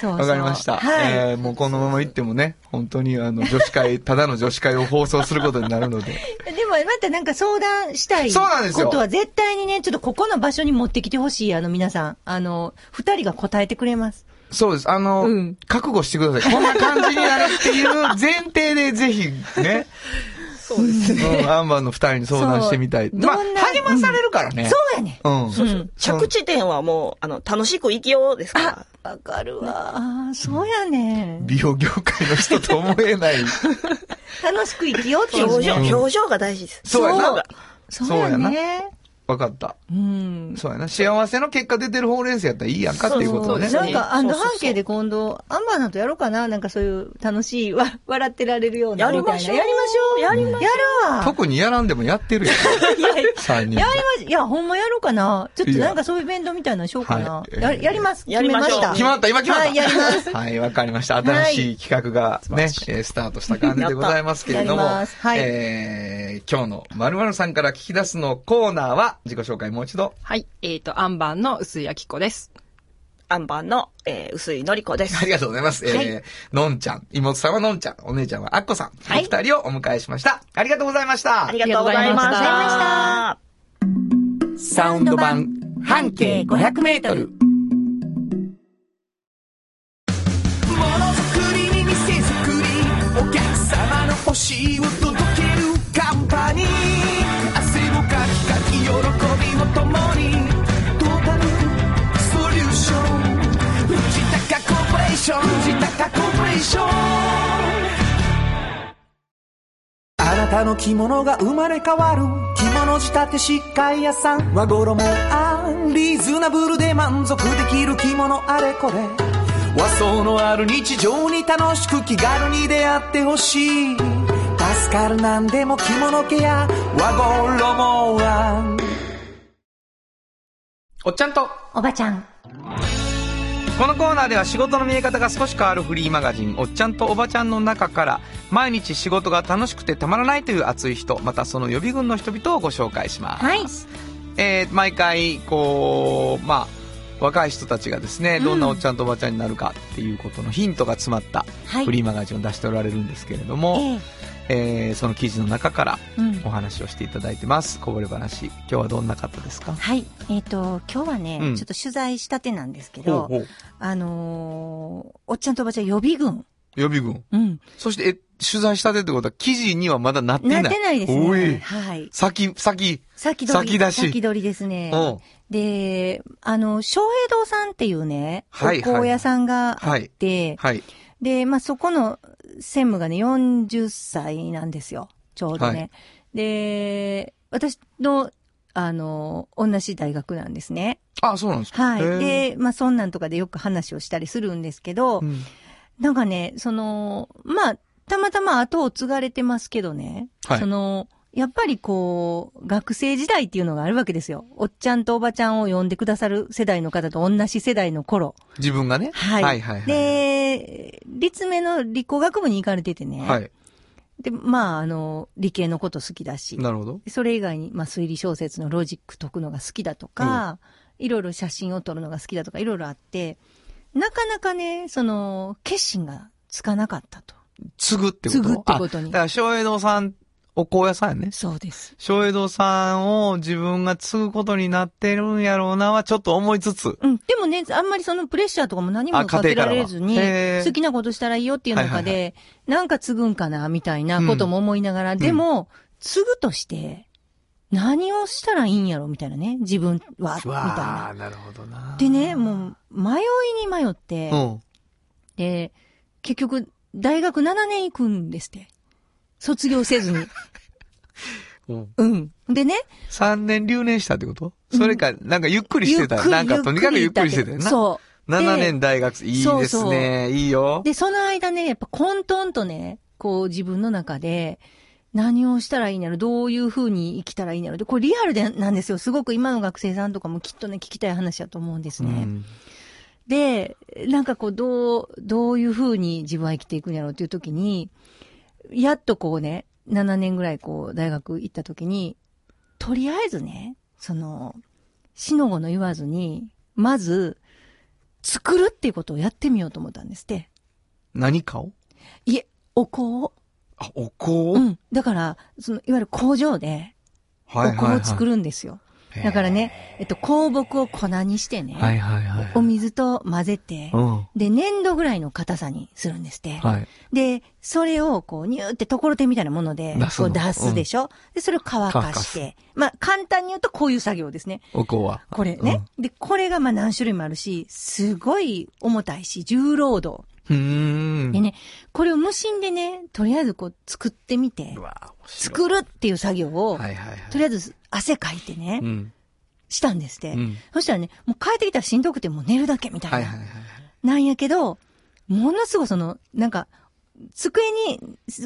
そうそう
わかりまし
は
た。
い。
えーもうこのまま行ってもね、本当にあの、女子会、ただの女子会を放送することになるので。
でも、またなんか相談したい
そうなんですよ
ことは絶対にね、ちょっとここの場所に持ってきてほしい、あの皆さん。あの、二人が答えてくれます。
そうです。あの、
うん
覚悟してください。こんな感じになるっていう前提で、ぜひ、ね。
そうですね。
うん、アンバンの二人に相談してみたい。
そう
まあ、
どんな
励まされるからね。
そうやね。
うん。
う
そ
ん。
着地点はもう、あの、楽しく生きようですから。
わかるわ。あーそうやね。
美容業界の人と思え ない。
楽しく生きようっていう
表情、
ね。
表情が大事です。
そうやな。
そうや
そう
ね。
わかった。
うん。
そうやな。幸せの結果出てるほうれん草やったらいいやんかっていうこと
そう
ね。
そう
なんか、あの、
そうそうそう
半径で今度、アンバーナとやろうかななんかそういう楽しい、わ、笑ってられるような。
やりましょう
みたいなやりましょう。やりましょう。やるわ。
特にやらんでもやっ てるやん。 三人
や。りまし、いや、ほんまやろうかな。ちょっとなんかそういうイベントみたいなのしようかな。
いや
や
はい
やります。
やりましょう
決まった今決まった
はい、やります。
はい、わかりました。新しい企画がね、えースタートした感じでございますけれども、
やったやりますはい
えー今日の〇〇さんから聞き出すのコーナーは、自己紹介もう一度。
はい。えっ、と、アンバンの薄井明子です。
アンバンの、えー、薄いのりこです
あ。りがとうございます。えー、のんちゃん、妹さんはのんちゃん、お姉ちゃんはあっこさん、お二人をお迎えしました。ありがとうございました。
ありがとうございました。
ありがとうございまし
サウンド版、半径500メートル。
ものづくりに店づくりお客様の欲しいを届けるカンパニー汗をかきかき喜びを共にトータルソリューション藤高コーポレーション藤高コーポレーションあなたの着物が生まれ変わる着物仕立て疾患屋さん和衣もあリーズナブルで満足できる着物あれこれ和装のある日常に楽しく気軽に出会ってほしい助かるなんでも着物ケア和衣もあ
おっちゃんと、
おばちゃん。
このコーナーでは仕事の見え方が少し変わるフリーマガジン「おっちゃんとおばちゃん」の中から毎日仕事が楽しくてたまらないという熱い人またその予備軍の人々をご紹介します、
はい
えー毎回こうまあ若い人たちがですねどんなおっちゃんとおばちゃんになるかっていうことのヒントが詰まった
はい
フリーマガジンを出しておられるんですけれど
え
も、
え
えーその記事の中から
うん
お。話をしていただいてますこぼれ話今日はどんな方ですか
はい。えっ、と、今日はね、
うん
ちょっと取材したてなんですけど、
ほうほう
あのーおっちゃんとおばちゃん予備軍。
予備軍
うん。
そしてえ取材したてってことは記事にはまだなってな
ないってないです
お
ね。
い
はい。
先、先。
先取り。
先出し
先取りですね。で、あの、昌平堂さんっていうね、
はい
お香屋さんがあって、
うん。はい。
で、まあ、そこの専務がね、40歳なんですよ。ちょうどね。
はい
で、私の、あの、同じ大学なんですね。
あ、そうなんですか。
は
へー
い。、で、まあ、そんなんとかでよく話をしたりするんですけど、
うん
なんかね、その、まあ、たまたま後を継がれてますけどね、
はい
その、
やっぱりこう、学生時代っていうのがあるわけですよ。おっちゃんとおばちゃんを呼んでくださる世代の方と同じ世代の頃。
自分がね。
はい。
はいはいはい
で、立命の理工学部に行かれててね。
はい。
で、まあ、あの、理系のこと好きだし。
なるほど。
それ以外に、まあ、推理小説のロジック解くのが好きだとか、いろいろ写真を撮るのが好きだとか、いろいろあって、なかなかね、その、決心がつかなかったと。
継ぐってこ
継
と
ぐってことに
あだから、小江堂さん、お香屋さんやね。
そうです。
小江堂さんを自分が継ぐことになってるんやろうなはちょっと思いつつ。
うん。でもね、あんまりそのプレッシャーとかも何も
あ
かけられずに、
家庭からはへー
好きなことしたらいいよっていう中で、
はいは
なんか継ぐんかな、みたいなことも思いながら、でも、継ぐとして、何をしたらいいんやろ、みたいなね。自分は、みたい
わあ、
な。
なるほどな。
でね、もう、迷いに迷って、
うん。
で、結局、大学7年行くんですって。卒業せず に。
うん
うん。でね、
3年留年したってことそれか、なんかゆっくりしてた。なんかとにかくゆっくりしてたよな。
そう。で
7年大学生、いいですね。
そうそう
いいよ。
で、その間ね、やっぱ混沌とね、こう自分の中で、何をしたらいいんだろうどういう風に生きたらいいんだろうで、これリアルでなんですよ。すごく今の学生さんとかもきっとね、聞きたい話だと思うんです
う
ね。
ん
で、なんかこう、どう、どういう風に自分は生きていくんやろうという時に、やっとこうね、7年ぐらいこう、大学行った時に、とりあえずね、その、死の後の言わずに、まず、作るっていうことをやってみようと思ったんですって。
何かを
いえ、お香を。
あ、お香を、
うん。だから、その、いわゆる工場で、お
はいはいは
香
い。
を作るんですよ。だからね、えっと、香木を粉にしてね、
はいはいはい。
お水と混ぜて、
うん。
で、粘土ぐらいの硬さにするんですって。
はい。
で、それをこう、ニューってところてんみたいなもので
出、す
こ
の
う出すでしょ、で、それを乾かして。まあ、簡単に言うとこういう作業ですね。
お香は。
これね。で、これがまあ何種類もあるし、すごい重たいし、重労働。
うーん。
でね、これを無心でね、とりあえずこう作ってみて
う、わ面白い
作るっていう作業を、
はいはいはい。
とりあえず汗かいてね、
うん。
したんですって、
うん
そしたらね、もう帰ってきたらしんどくてもう寝るだけみたいな。
はいはいはい。
なんやけど、ものすごいその、なんか、机に、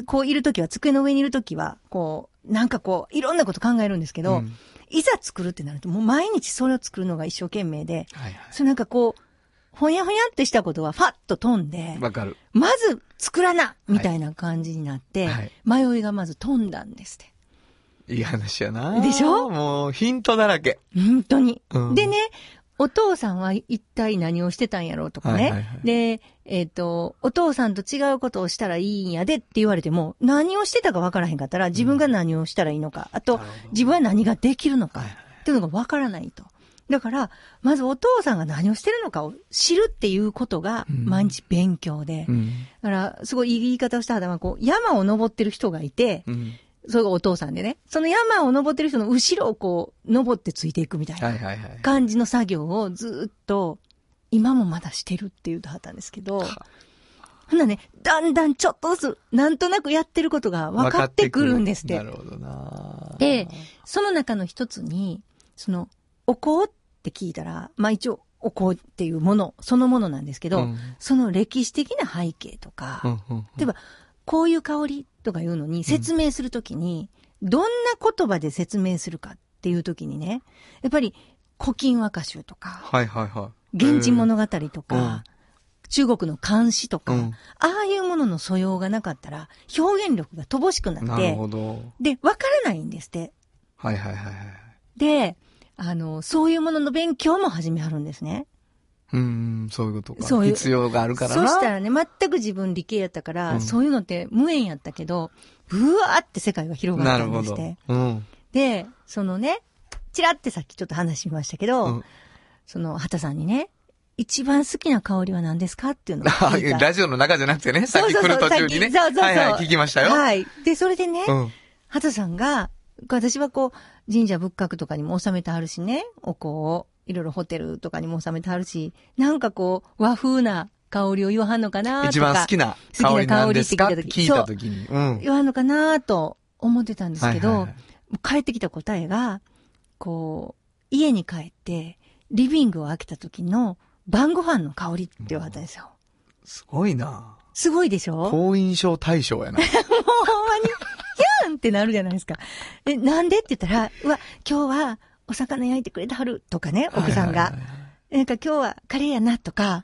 こういるときは、机の上にいるときは、こう、なんかこう、いろんなこと考えるんですけど、
うん
いざ作るってなると、もう毎日それを作るのが一生懸命で、
はいは
それなんかこう、ほやほやってしたことはファッと飛んで
い。、わかる。
まず作らなみたいな感じになって、
はい
迷いがまず飛んだんですって。
いい話やな。
でしょ
もう、ヒントだらけ。
本当に。
うん
でね、お父さんは一体何をしてたんやろうとかね。
はいはいはい
で、えっ、と、お父さんと違うことをしたらいいんやでって言われても、何をしてたかわからへんかったら、自分が何をしたらいいのか、あと
なるほど、
自分は何ができるのか、
はい
っていうのがわからないと。だから、まずお父さんが何をしてるのかを知るっていうことが、
うん
毎日勉強で。
うん。
だから、すごいいい言い方をしたのは、こう、山を登ってる人がいて、
うん。
それがお父さんでね、その山を登ってる人の後ろをこう、登ってついていくみたい
は
ない
はいはい。
感じの作業をずっと、今もまだしてるって言うとはったんですけど、ほんならね、だんだんちょっとずつ、なんとなくやってることが分かってくるんですっ
な
て。
るほどな。
で、その中の一つに、その、お香って聞いたら、まあ一応、お香っていうもの、そのものなんですけど、
うん
その歴史的な背景とか、
うんうんうん
例えば、こういう香りとかいうのに説明するときに、どんな言葉で説明するかっていうときにね、やっぱり古今和歌集とか、
はいはいはい。
源氏
え
物語と
う
か
ん、
中国の漢詩とか、
うん
ああいうものの素養がなかったら、表現力が乏しく
ー
なっ
なる
て
ほ、ど。
で、わからないんですって。
はいはいはいはい。
で、あの、そういうものの勉強も始めはるんですね。
うん、そういうこと
そ
か。
ういう
必要があるから
そ
な。
したらね、全く自分理系やったから、
うん
そういうのって無縁やったけど、ぶわーって世界が広が
な
った
る
ん
ほ
です
ど
っ。て。
うん。
で、そのね、ちらってさっきちょっと話しましたけど、
うん
その、畑さんにね、一番好きな香りは何ですかっていうのを
あ
聞いた。
ラジオの中じゃなくてね、さっき
そう
来
そう
る
そ
途
うさ
中
っき
にね。
そうそうそう。
はいはい、聞きましたよ。
はい。で、それでね、
うん。
畑さんが、私はこう、神社仏閣とかにも収めてあるしね、お香を、いろいろホテルとかにも収めてあるし、なんかこう、和風な香りを言わはんのかなとか。
一番好きな香りなんですか
好
っ
きな香り
て
って
聞
聞
い
いた
た
時
時に。うん。
言わはんのかなと思ってたんですけど、
はいはいはい
帰ってきた答えが、こう、家に帰って、リビングを開けた時の晩ご飯の香りって言われたんですよ。
すごいな
すごいでしょもう
好印象対象や
ほん
な。
まに、キャンってなるじゃないですか。え、なんでって言ったら、うわ、今日はお魚焼いてくれてはるとかね、奥さん
はい
が
はい。
なんか今日はカレーやなとか、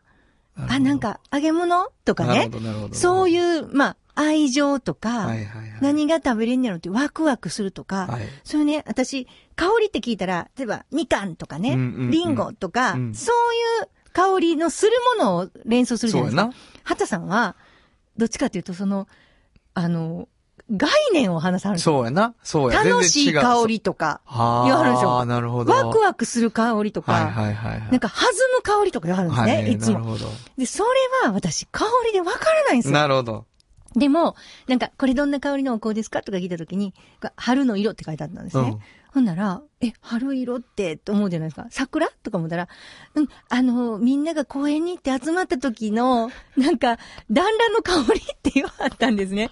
なるほど
あ、なんか揚げ物とか
なる
ね
ほど、。なるほど。
そう
う。
いう、まあ、愛情とか、
はいはいはい。
何が食べれんやろってワクワクするとか、
はい
そういうね、私、香りって聞いたら、例えば、みかんとかね、
うんうんうん
リンゴとか、
うん
そういう香りのするものを連想するじゃないです
そう
か
や。
畑さんは、どっちかというと、その、あの、概念を話さはるんですよ
そうやな。そうや。
楽しい香
り。
りとか、
は
言わはるんですよ
ああ、なるほど。
ワクワクする香りとか、
はいはいはいはい。
なんか弾む香りとか言わはるんですね、、
はい
つ
なる
も。
ほど。
で、それは私、香りでわからないんですよ。
なるほど。
でも、なんか、これどんな香りのお香ですかとか聞いたときに、春の色って書いてあったんですね。
うん
ほんなら、え、春色って、と思うじゃないですか。桜とか思ったら、うん、あの、みんなが公園に行って集まった時の、なんか、団らの香りって言わはったんですね。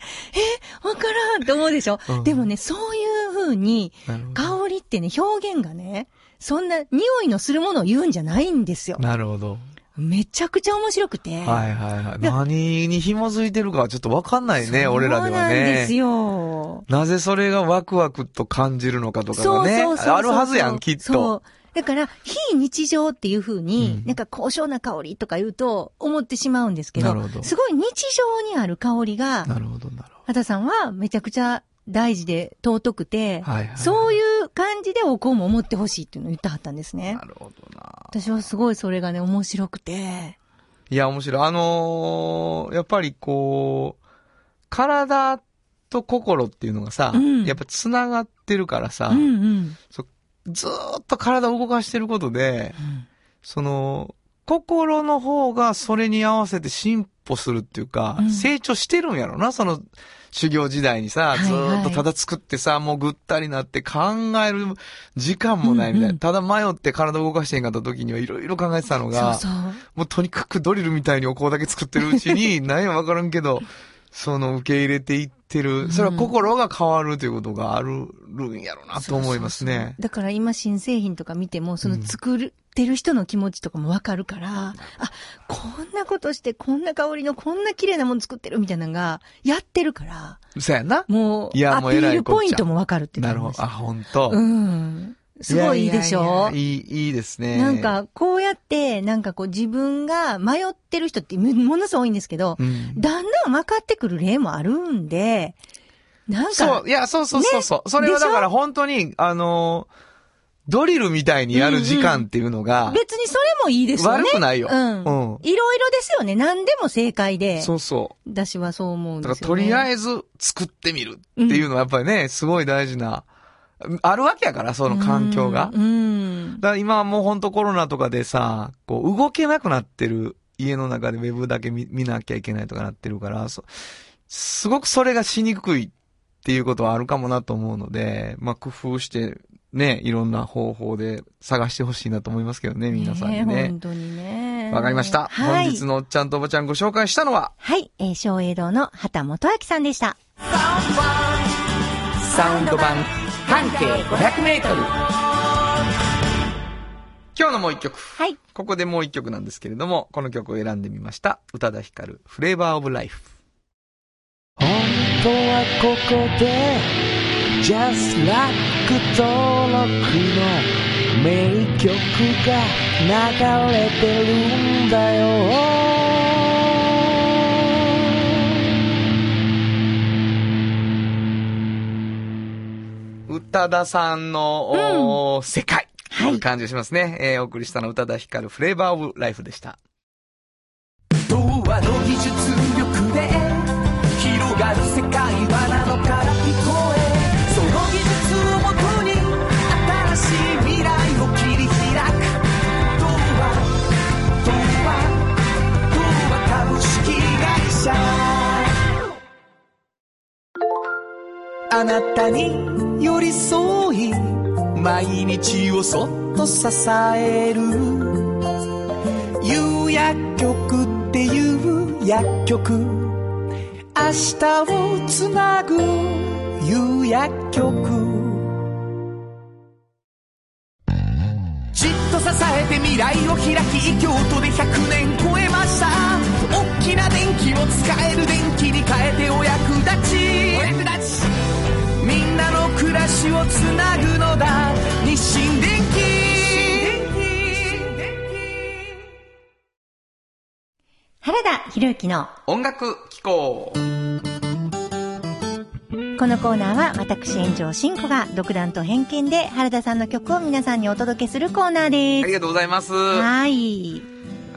え、わからんと思うでしょ、
うん
でもね、そういう風に、
なるほど。
香りってね、表現がね、そんな匂いのするものを言うんじゃないんですよ。
なるほど。
めちゃくちゃ面白くて。
はいはいはい。
いや
何に紐づいてるかはちょっとわかんないね、俺らで
そうなん
はね。
ですよ。
なぜそれがワクワクと感じるのかとかがね、
そうそうそうそう
あるはずやん、きっ
そ
と。
う。だから、非日常っていう風に、
うん
なんか高尚な香りとか言うと思ってしまうんですけど、
なるほど
すごい日常にある香りが、
なるほど、なるほ
畑さんはめちゃくちゃ大事で尊くて、
ど。はいはい。
そういう感じでお香も思ってほしいっていうのを言ってはったんですね
な。るほどな。
私はすごいそれがね、面白くて。
いや、面白い。あのーやっぱりこう、体と心っていうのがさ、
うん
やっぱ繋がってるからさ、
うんうん。
ずーっと体を動かしてることで、その、心の方がそれに合わせて進歩するっていうか、
うん
成長してるんやろな、その修行時代にさ、
いはい
ずーっとただ作ってさ、もうぐったりなって考える時間もないみたいな。
うんうん
ただ迷って体を動かしてへんかった時にはいろいろ考えてたの
そう
が、
そう。
もうとにかくドリルみたいにお香だけ作ってるうちに、 何やわからんけど、その受け入れていってる、それは心が変わるということがあるるんやろなと思いますね。
だから今新製品とか見ても、その作ってる人の気持ちとかもわかるから、あ、こんなことして、こんな香りの、こんな綺麗なもの作ってるみたいなのが、やってるから、
そうやな。
もう、
いや
アピ
もう偉
ー
い
ル
こっちゃ
ポイントもわかるっていう
な
感
る
じです
ほど。あ、本当。
うん。すごいいいでしょ
いやいやいやいい、いいですね。
なん、か、こうやって、なんかこう自分が迷ってる人ってもものすごい多いんですけど、
うん。
だんだん分かってくる例もあるんで、なんか
そう、、いや、そうそうそうそう、それはだから本当に、あのー、ドリルみたいにやる時間っていうのが、
別にそれもいいですよね。
悪くないよ。
うん。
うん
いろいろですよね。何でも正解で。
そうそう。
私はそう思うんで
だから
すよ
と
ね。
りあ
え
えず作ってみるっていうのはやっぱりね、すごい大事な、あるわけやから、その環境が。
うん。
だから今はもうほんとコロナとかでさ、こう動けなくなってる家の中でウェブだけ見見なきゃいけないとかなってるから、そすごくそれがしにくいっていうことはあるかもなと思うので、まあ工夫してね、いろんな方法で探してほしいなと思いますけどね、皆さんに
え
ね
本。当にね。
わかりました。
はい。
本日のおっちゃんとおばちゃんご紹介したのは、
はい。えー、小栄堂の畑元明さんでした。
サウンド版半径500メートル
今日のもう一曲。
はい。
ここでもう一曲なんですけれども、この曲を選んでみました。宇多田ヒカル、フレーバーオブライフ。
本当はここで Just Rock 登録の名曲が流れてるんだよ
宇多田さんの、おー世界。
はい
という感じがしますね。えーお送りしたのは宇多田ヒカル、フレーバーオブライフでした。
童話の技術力で広がる世界はなのから聞こえその技術をもとに新しい未来を切り開く童話童話童話株式会社あなたに寄り添い毎日をそっと支える有薬局っていう薬局明日をつなぐ有薬局じっと支えて未来を開き京都で100年超えました大きな電気を使える電気に変えてお役立ちお役立ちみんなの暮らしをつなぐのだ日清電機
原田博之の
音楽機構
このコーナーは私炎上真子が独断と偏見で原田さんの曲を皆さんにお届けするコーナー
あり
です。
がとうございます
はい。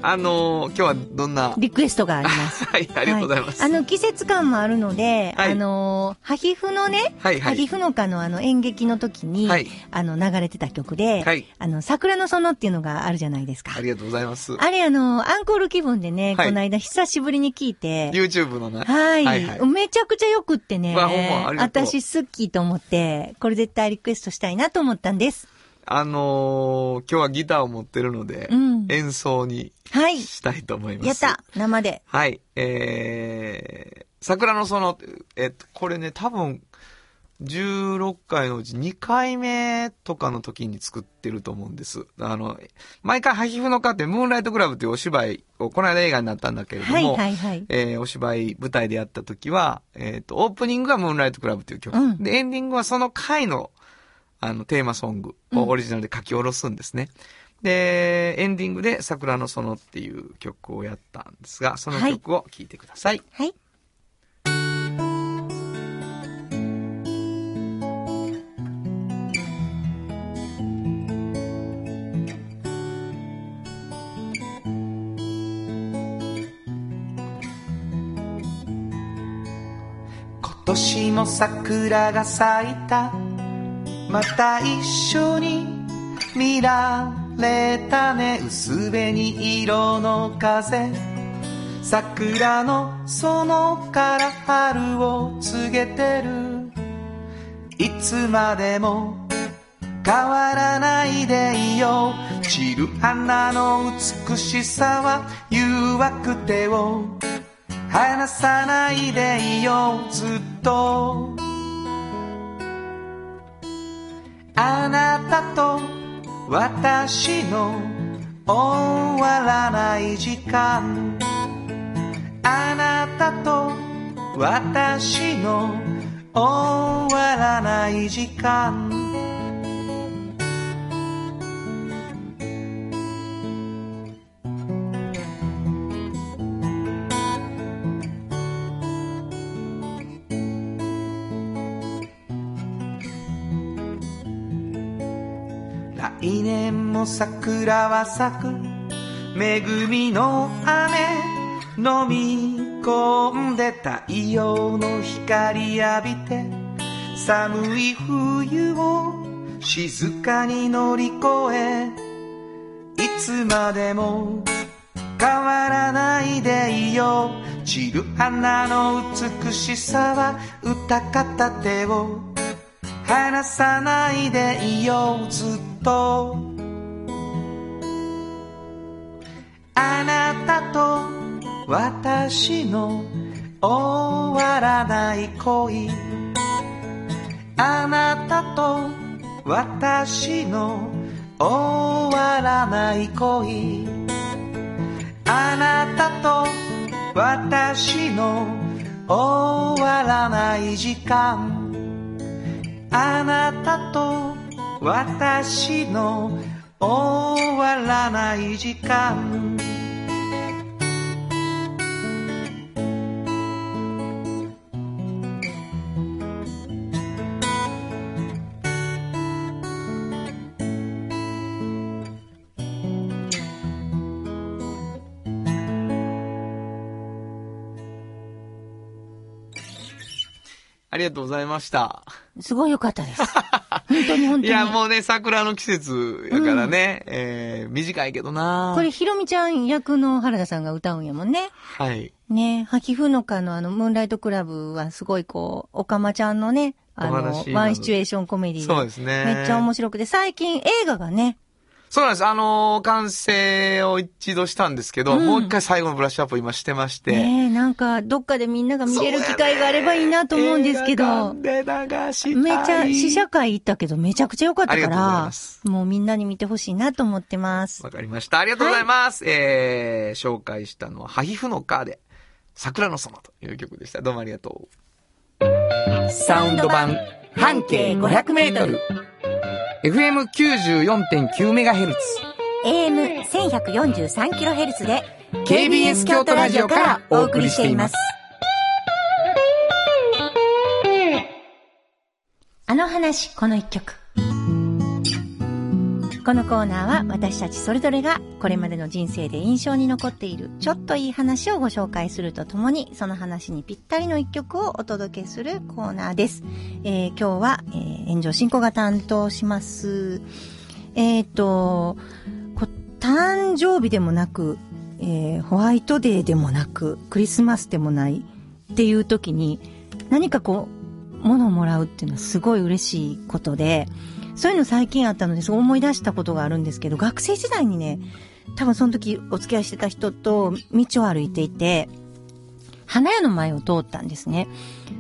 あのー今日はどんな
リクエストがあります。
はい ありがとうございます、
はあの、季節感もあるので、
はい
あの、ハヒフのね、
はいはい
ハヒフのかのあの演劇の時に、
はい
あの、流れてた曲で、
はい
あの、桜の園っていうのがあるじゃないですか
あ。りがとうございます
あれ、あの、アンコール気分でね、
はい
この間久しぶりに聞いて、
YouTube のな
はい,、
はいはい
めちゃくちゃよくってね。
わほんまありがとう
私好きと思って、これ絶対リクエストしたいなと思ったんです。
あのー今日はギターを持ってるので、
うん
演奏に
はい。
したいと思います
やった生で。
はい。えー、桜の園っていう、えっと、これね、多分、16回のうち2回目とかの時に作ってると思うんです。あの、毎回ハヒフのカってムーンライトクラブっていうお芝居を、この間映画になったんだけれども、
はいはいはい。
えーお芝居、舞台でやった時は、えっ、と、オープニングがムーンライトクラブという曲。
うん
で、エンディングはその回の、あの、テーマソングをオリジナルで書き下ろすんですね。で、エンディングで桜の園っていう曲をやったんですが、その曲を聴いてください。
はい。
今年も桜が咲いたまた一緒に見られたね薄紅色の風桜の園から春を告げてるいつまでも変わらないでいよう散る花の美しさは誘惑手を離さないでいようずっとあなたと私の終わらない時間あなたと私の終わらない時間来年も桜は咲く恵みの雨飲み込んで太陽の光浴びて寒い冬を静かに乗り越えいつまでも変わらないでいよう散る花の美しさは歌片手を離さないでいようずっとあなたと私の終わらない恋あなたと私の終わらない恋あなたと私の終わらない時間あなたと私の終わらない時間
ありがとうございました。
すごい良かったです。本当に本当に。
いや、もうね、桜の季節やからね、えー、短いけどな
これ、ひろみちゃん役の原田さんが歌うんやもんね。
はい。
ね、ハキフノカのあの、ムーンライトクラブはすごいこう、オカマちゃんのね、あ
お
の
話な、の
ワンシチュエーションコメディ
そうですね
めっちゃ面白くて、最近映画がね、
そうなんです。あのー完成を一度したんですけど、
うん
もう一回最後のブラッシュアップを今してまして。
ねなんか、どっかでみんなが見れる機会があればいいなと思うんですけど、
映画館で流したい
めちゃ、試写会行ったけど、めちゃくちゃ良かった
あり
か
がとうござい
ら
ま、す
もうみんなに見てほしいなと思ってます。
わかりました。ありがとうございます。えー、紹介したのは、ハヒフのカーで、桜の園という曲でした。どうもありがとう。
サウンド版
半径500メートル。FM94.9MHz。
AM1143kHz で
KBS 京都ラジオからお送りしています。
あの話、この一曲。このコーナーは私たちそれぞれがこれまでの人生で印象に残っているちょっといい話をご紹介するとともにその話にぴったりの一曲をお届けするコーナーです。えー今日は、えー炎上進行が担当します。えっ、と、こ誕生日でもなく、えーホワイトデーでもなく、クリスマスでもないっていう時に、何かこう、物をもらうっていうのはすごい嬉しいことで、そういうの最近あったので、そう思い出したことがあるんですけど、学生時代にね、多分その時お付き合いしてた人と道を歩いていて、花屋の前を通ったんですね。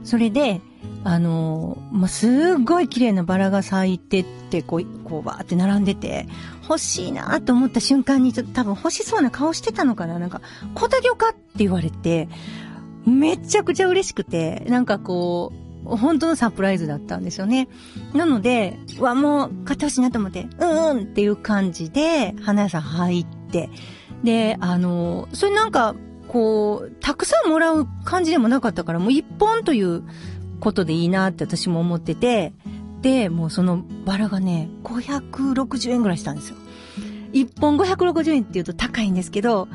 それで、あのー、まあ、すっごい綺麗なバラが咲いてって、こう、こう、わーって並んでて、欲しいなと思った瞬間に、ちょっと多分欲しそうな顔してたのかななんか、小田魚かって言われて、めちゃくちゃ嬉しくて、なんかこう、本当のサプライズだったんですよね。なので、うわ、もう買ってほしいなと思って、うんうんっていう感じで、花屋さん入って、で、あの、それなんか、こう、たくさんもらう感じでもなかったから、もう一本ということでいいなって私も思ってて、で、もうそのバラがね、560円ぐらいしたんですよ。一本560円って言うと高いんですけど、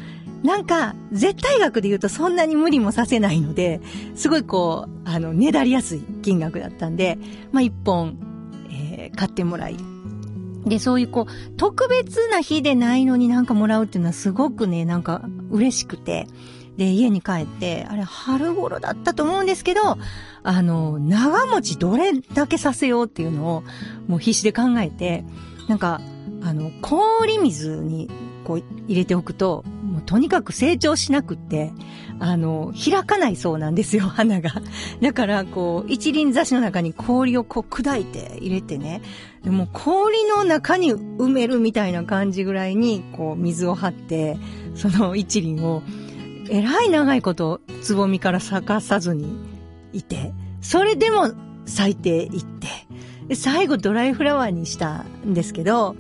なんか、絶対額で言うとそんなに無理もさせないので、すごいこう、あの、ねだりやすい金額だったんで、まあ、一本、えー買ってもらい。で、そういうこう、特別な日でないのになんかもらうっていうのはすごくね、なんか嬉しくて。で、家に帰って、あれ、春頃だったと思うんですけど、あの、長持ちどれだけさせようっていうのを、もう必死で考えて、なんか、あの、氷水に、こう、入れておくと、もうとにかく成長しなくって、あの、開かないそうなんですよ、 花が。だから、こう、一輪挿しの中に氷をこう砕いて入れてね、でもう氷の中に埋めるみたいな感じぐらいに、こう、水を張って、その一輪を、えらい長いこと、つぼみから咲かさずにいて、それでも咲いていって、で最後ドライフラワーにしたんですけど、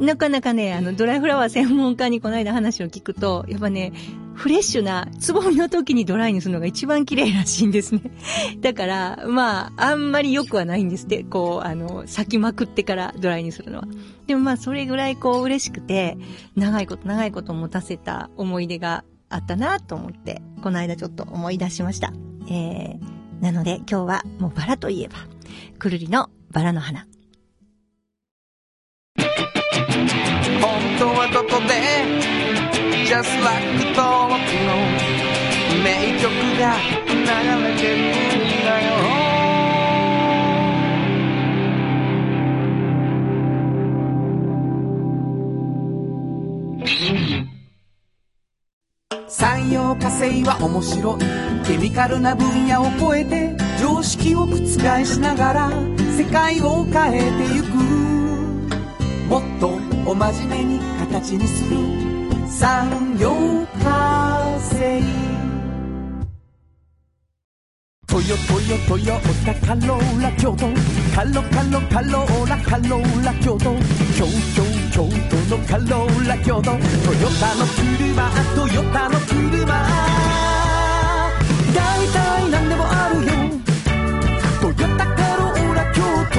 なかなかね、あの、ドライフラワー専門家にこの間話を聞くと、やっぱね、フレッシュな、つぼみの時にドライにするのが一番綺麗らしいんですね。 だから、まあ、あんまり良くはないんですって、こう、あの、咲きまくってからドライにするのは。でもまあ、それぐらいこう、嬉しくて、長いこと長いこと持たせた思い出があったなと思って、この間ちょっと思い出しました。えー、なので今日はもうバラといえば、くるりのバラの花。
本当はここで Just like 遠くの名曲が流れてるんだよ産業化成は面白いケミカルな分野を超えて常識を覆しながら世界を変えてゆくもっとお真面目に形にする産業化成トヨトヨトヨタカローラ京都カロカロカローラカローラ京都京京京都のカローラ京都トヨタの車トヨタの車大体何でもあるよトヨタカローラ京都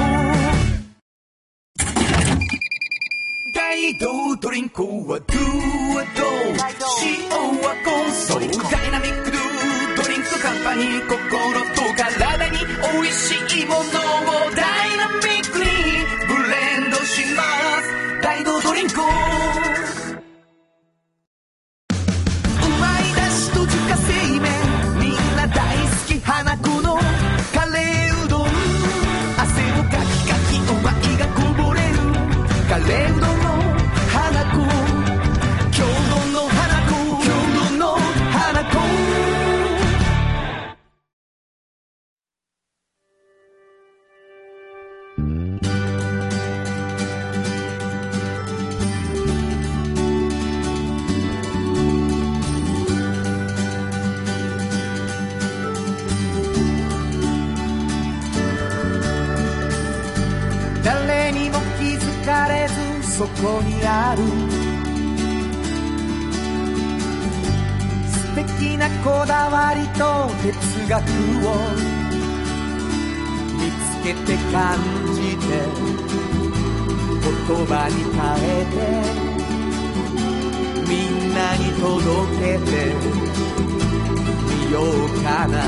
大道ドリンクはドゥはドゥ塩はコンソダイナミックドゥドリンクカンパニー心と体に美味しいものをダイナミックにブレンドします大道ドリンクをうまいだしと自家製麺みんな大好き花子のカレーうどん汗をかきかきうまいがこぼれるカレーうどんの花子京都の花子京都の花子そこにある素敵なこだわりと哲学を見つけて感じて言葉に変えてみんなに届けてみようかな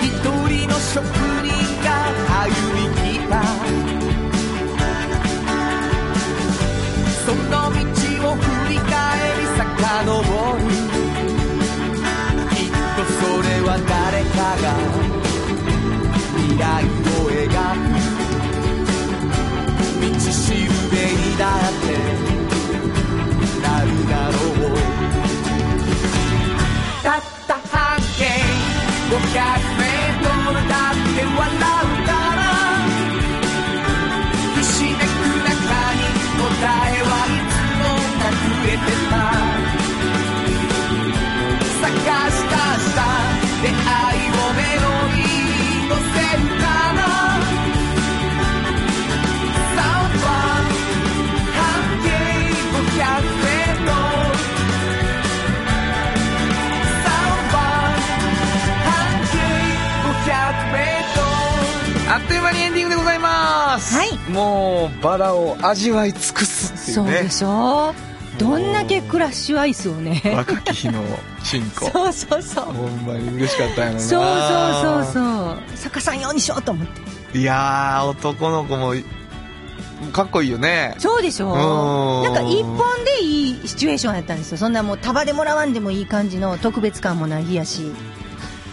一人の職人が歩み来たその道を振り返り遡るきっとそれは誰かが未来を描く道しるべにだってなるだろうたった半径500メートルだって笑うからひしめく中に答えはいつも隠れてた探したした出会いをメロディーに乗せるかなサウンド半径500メートルサンバ半径500メートル」
あっという間にエンディングでございます、
はい
もうバラを味わい尽くすってい
そうう
ね
でしょどんだけクラッシュアイスをね。
若き日の進 行
そうそうそう。
ほんまに嬉しかったんやろな
そうそうそうそう。逆さんようにしようと思って。
いやー男の子もかっこいいよね
そうでしょ
うん
なんか一本でいいシチュエーションやったんですよ。そんなもう束でもらわんでもいい感じの特別感もない日やし。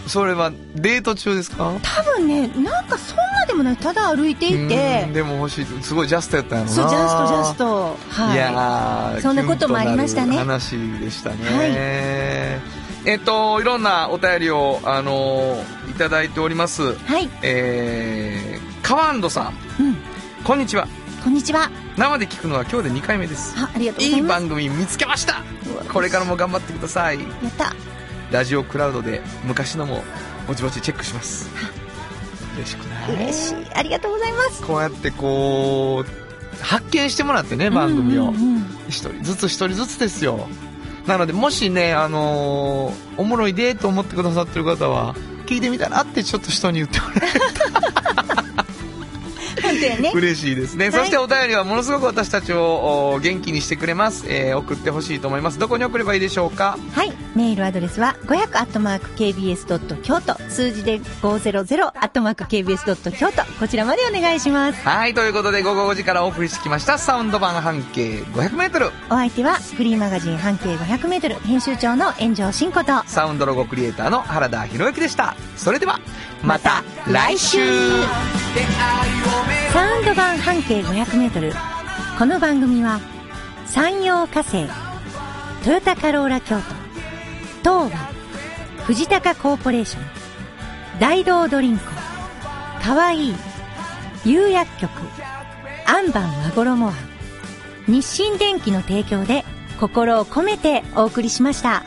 それはデート中ですか
多分ね、なんかそんなでもない。ただ歩いていて
うん。でも欲しいすごいジャストやったんやろな
そう、ジャストジャスト。はい。
いやー
そんなこともありましたね
キュンとなる話でしたね、
はい
えっといろんなお便りをあのーいただいております
はい。
えー、カワンドさん
うん。
こんにちは
こんにちは。
生で聞くのは今日で2回目です
あ、ありがとうござい
いい
ます。
番組見つけました
うわ
これからも頑張ってください
やった。
ラジオクラウドで昔のもぼちぼちチェックします嬉しくない
嬉しい。ありがとうございます。
こうやってこう発見してもらってね番組を
うんうんうん
一人ずつ一人ずつですよなのでもしね、あのーおもろいでと思ってくださってる方は聞いてみたらってちょっと人に言ってもらえる
本当やね。
嬉しいですね、
い
そしてお便りはものすごく私たちをお元気にしてくれます、えー送ってほしいと思いますどこに送ればいいでしょうか
はい。メールアドレスは500 KBS ドット京都数字で500 KBS ドット京都こちらまでお願いします。
はいということで午後5時からお送りしてきましたサウンド版半径 500m
お相手はフリーマガジン半径500メートル編集長の炎上真子と。
サウンドロゴクリエイターの原田博之でしたそれではまた来週
サウンド版半径500メートル。この番組は、山陽火星、トヨタカローラ京都、東和、藤高コーポレーション、大道ドリンク、かわいい、釉薬局、アンバン和衣庵、日清電機の提供で心を込めてお送りしました。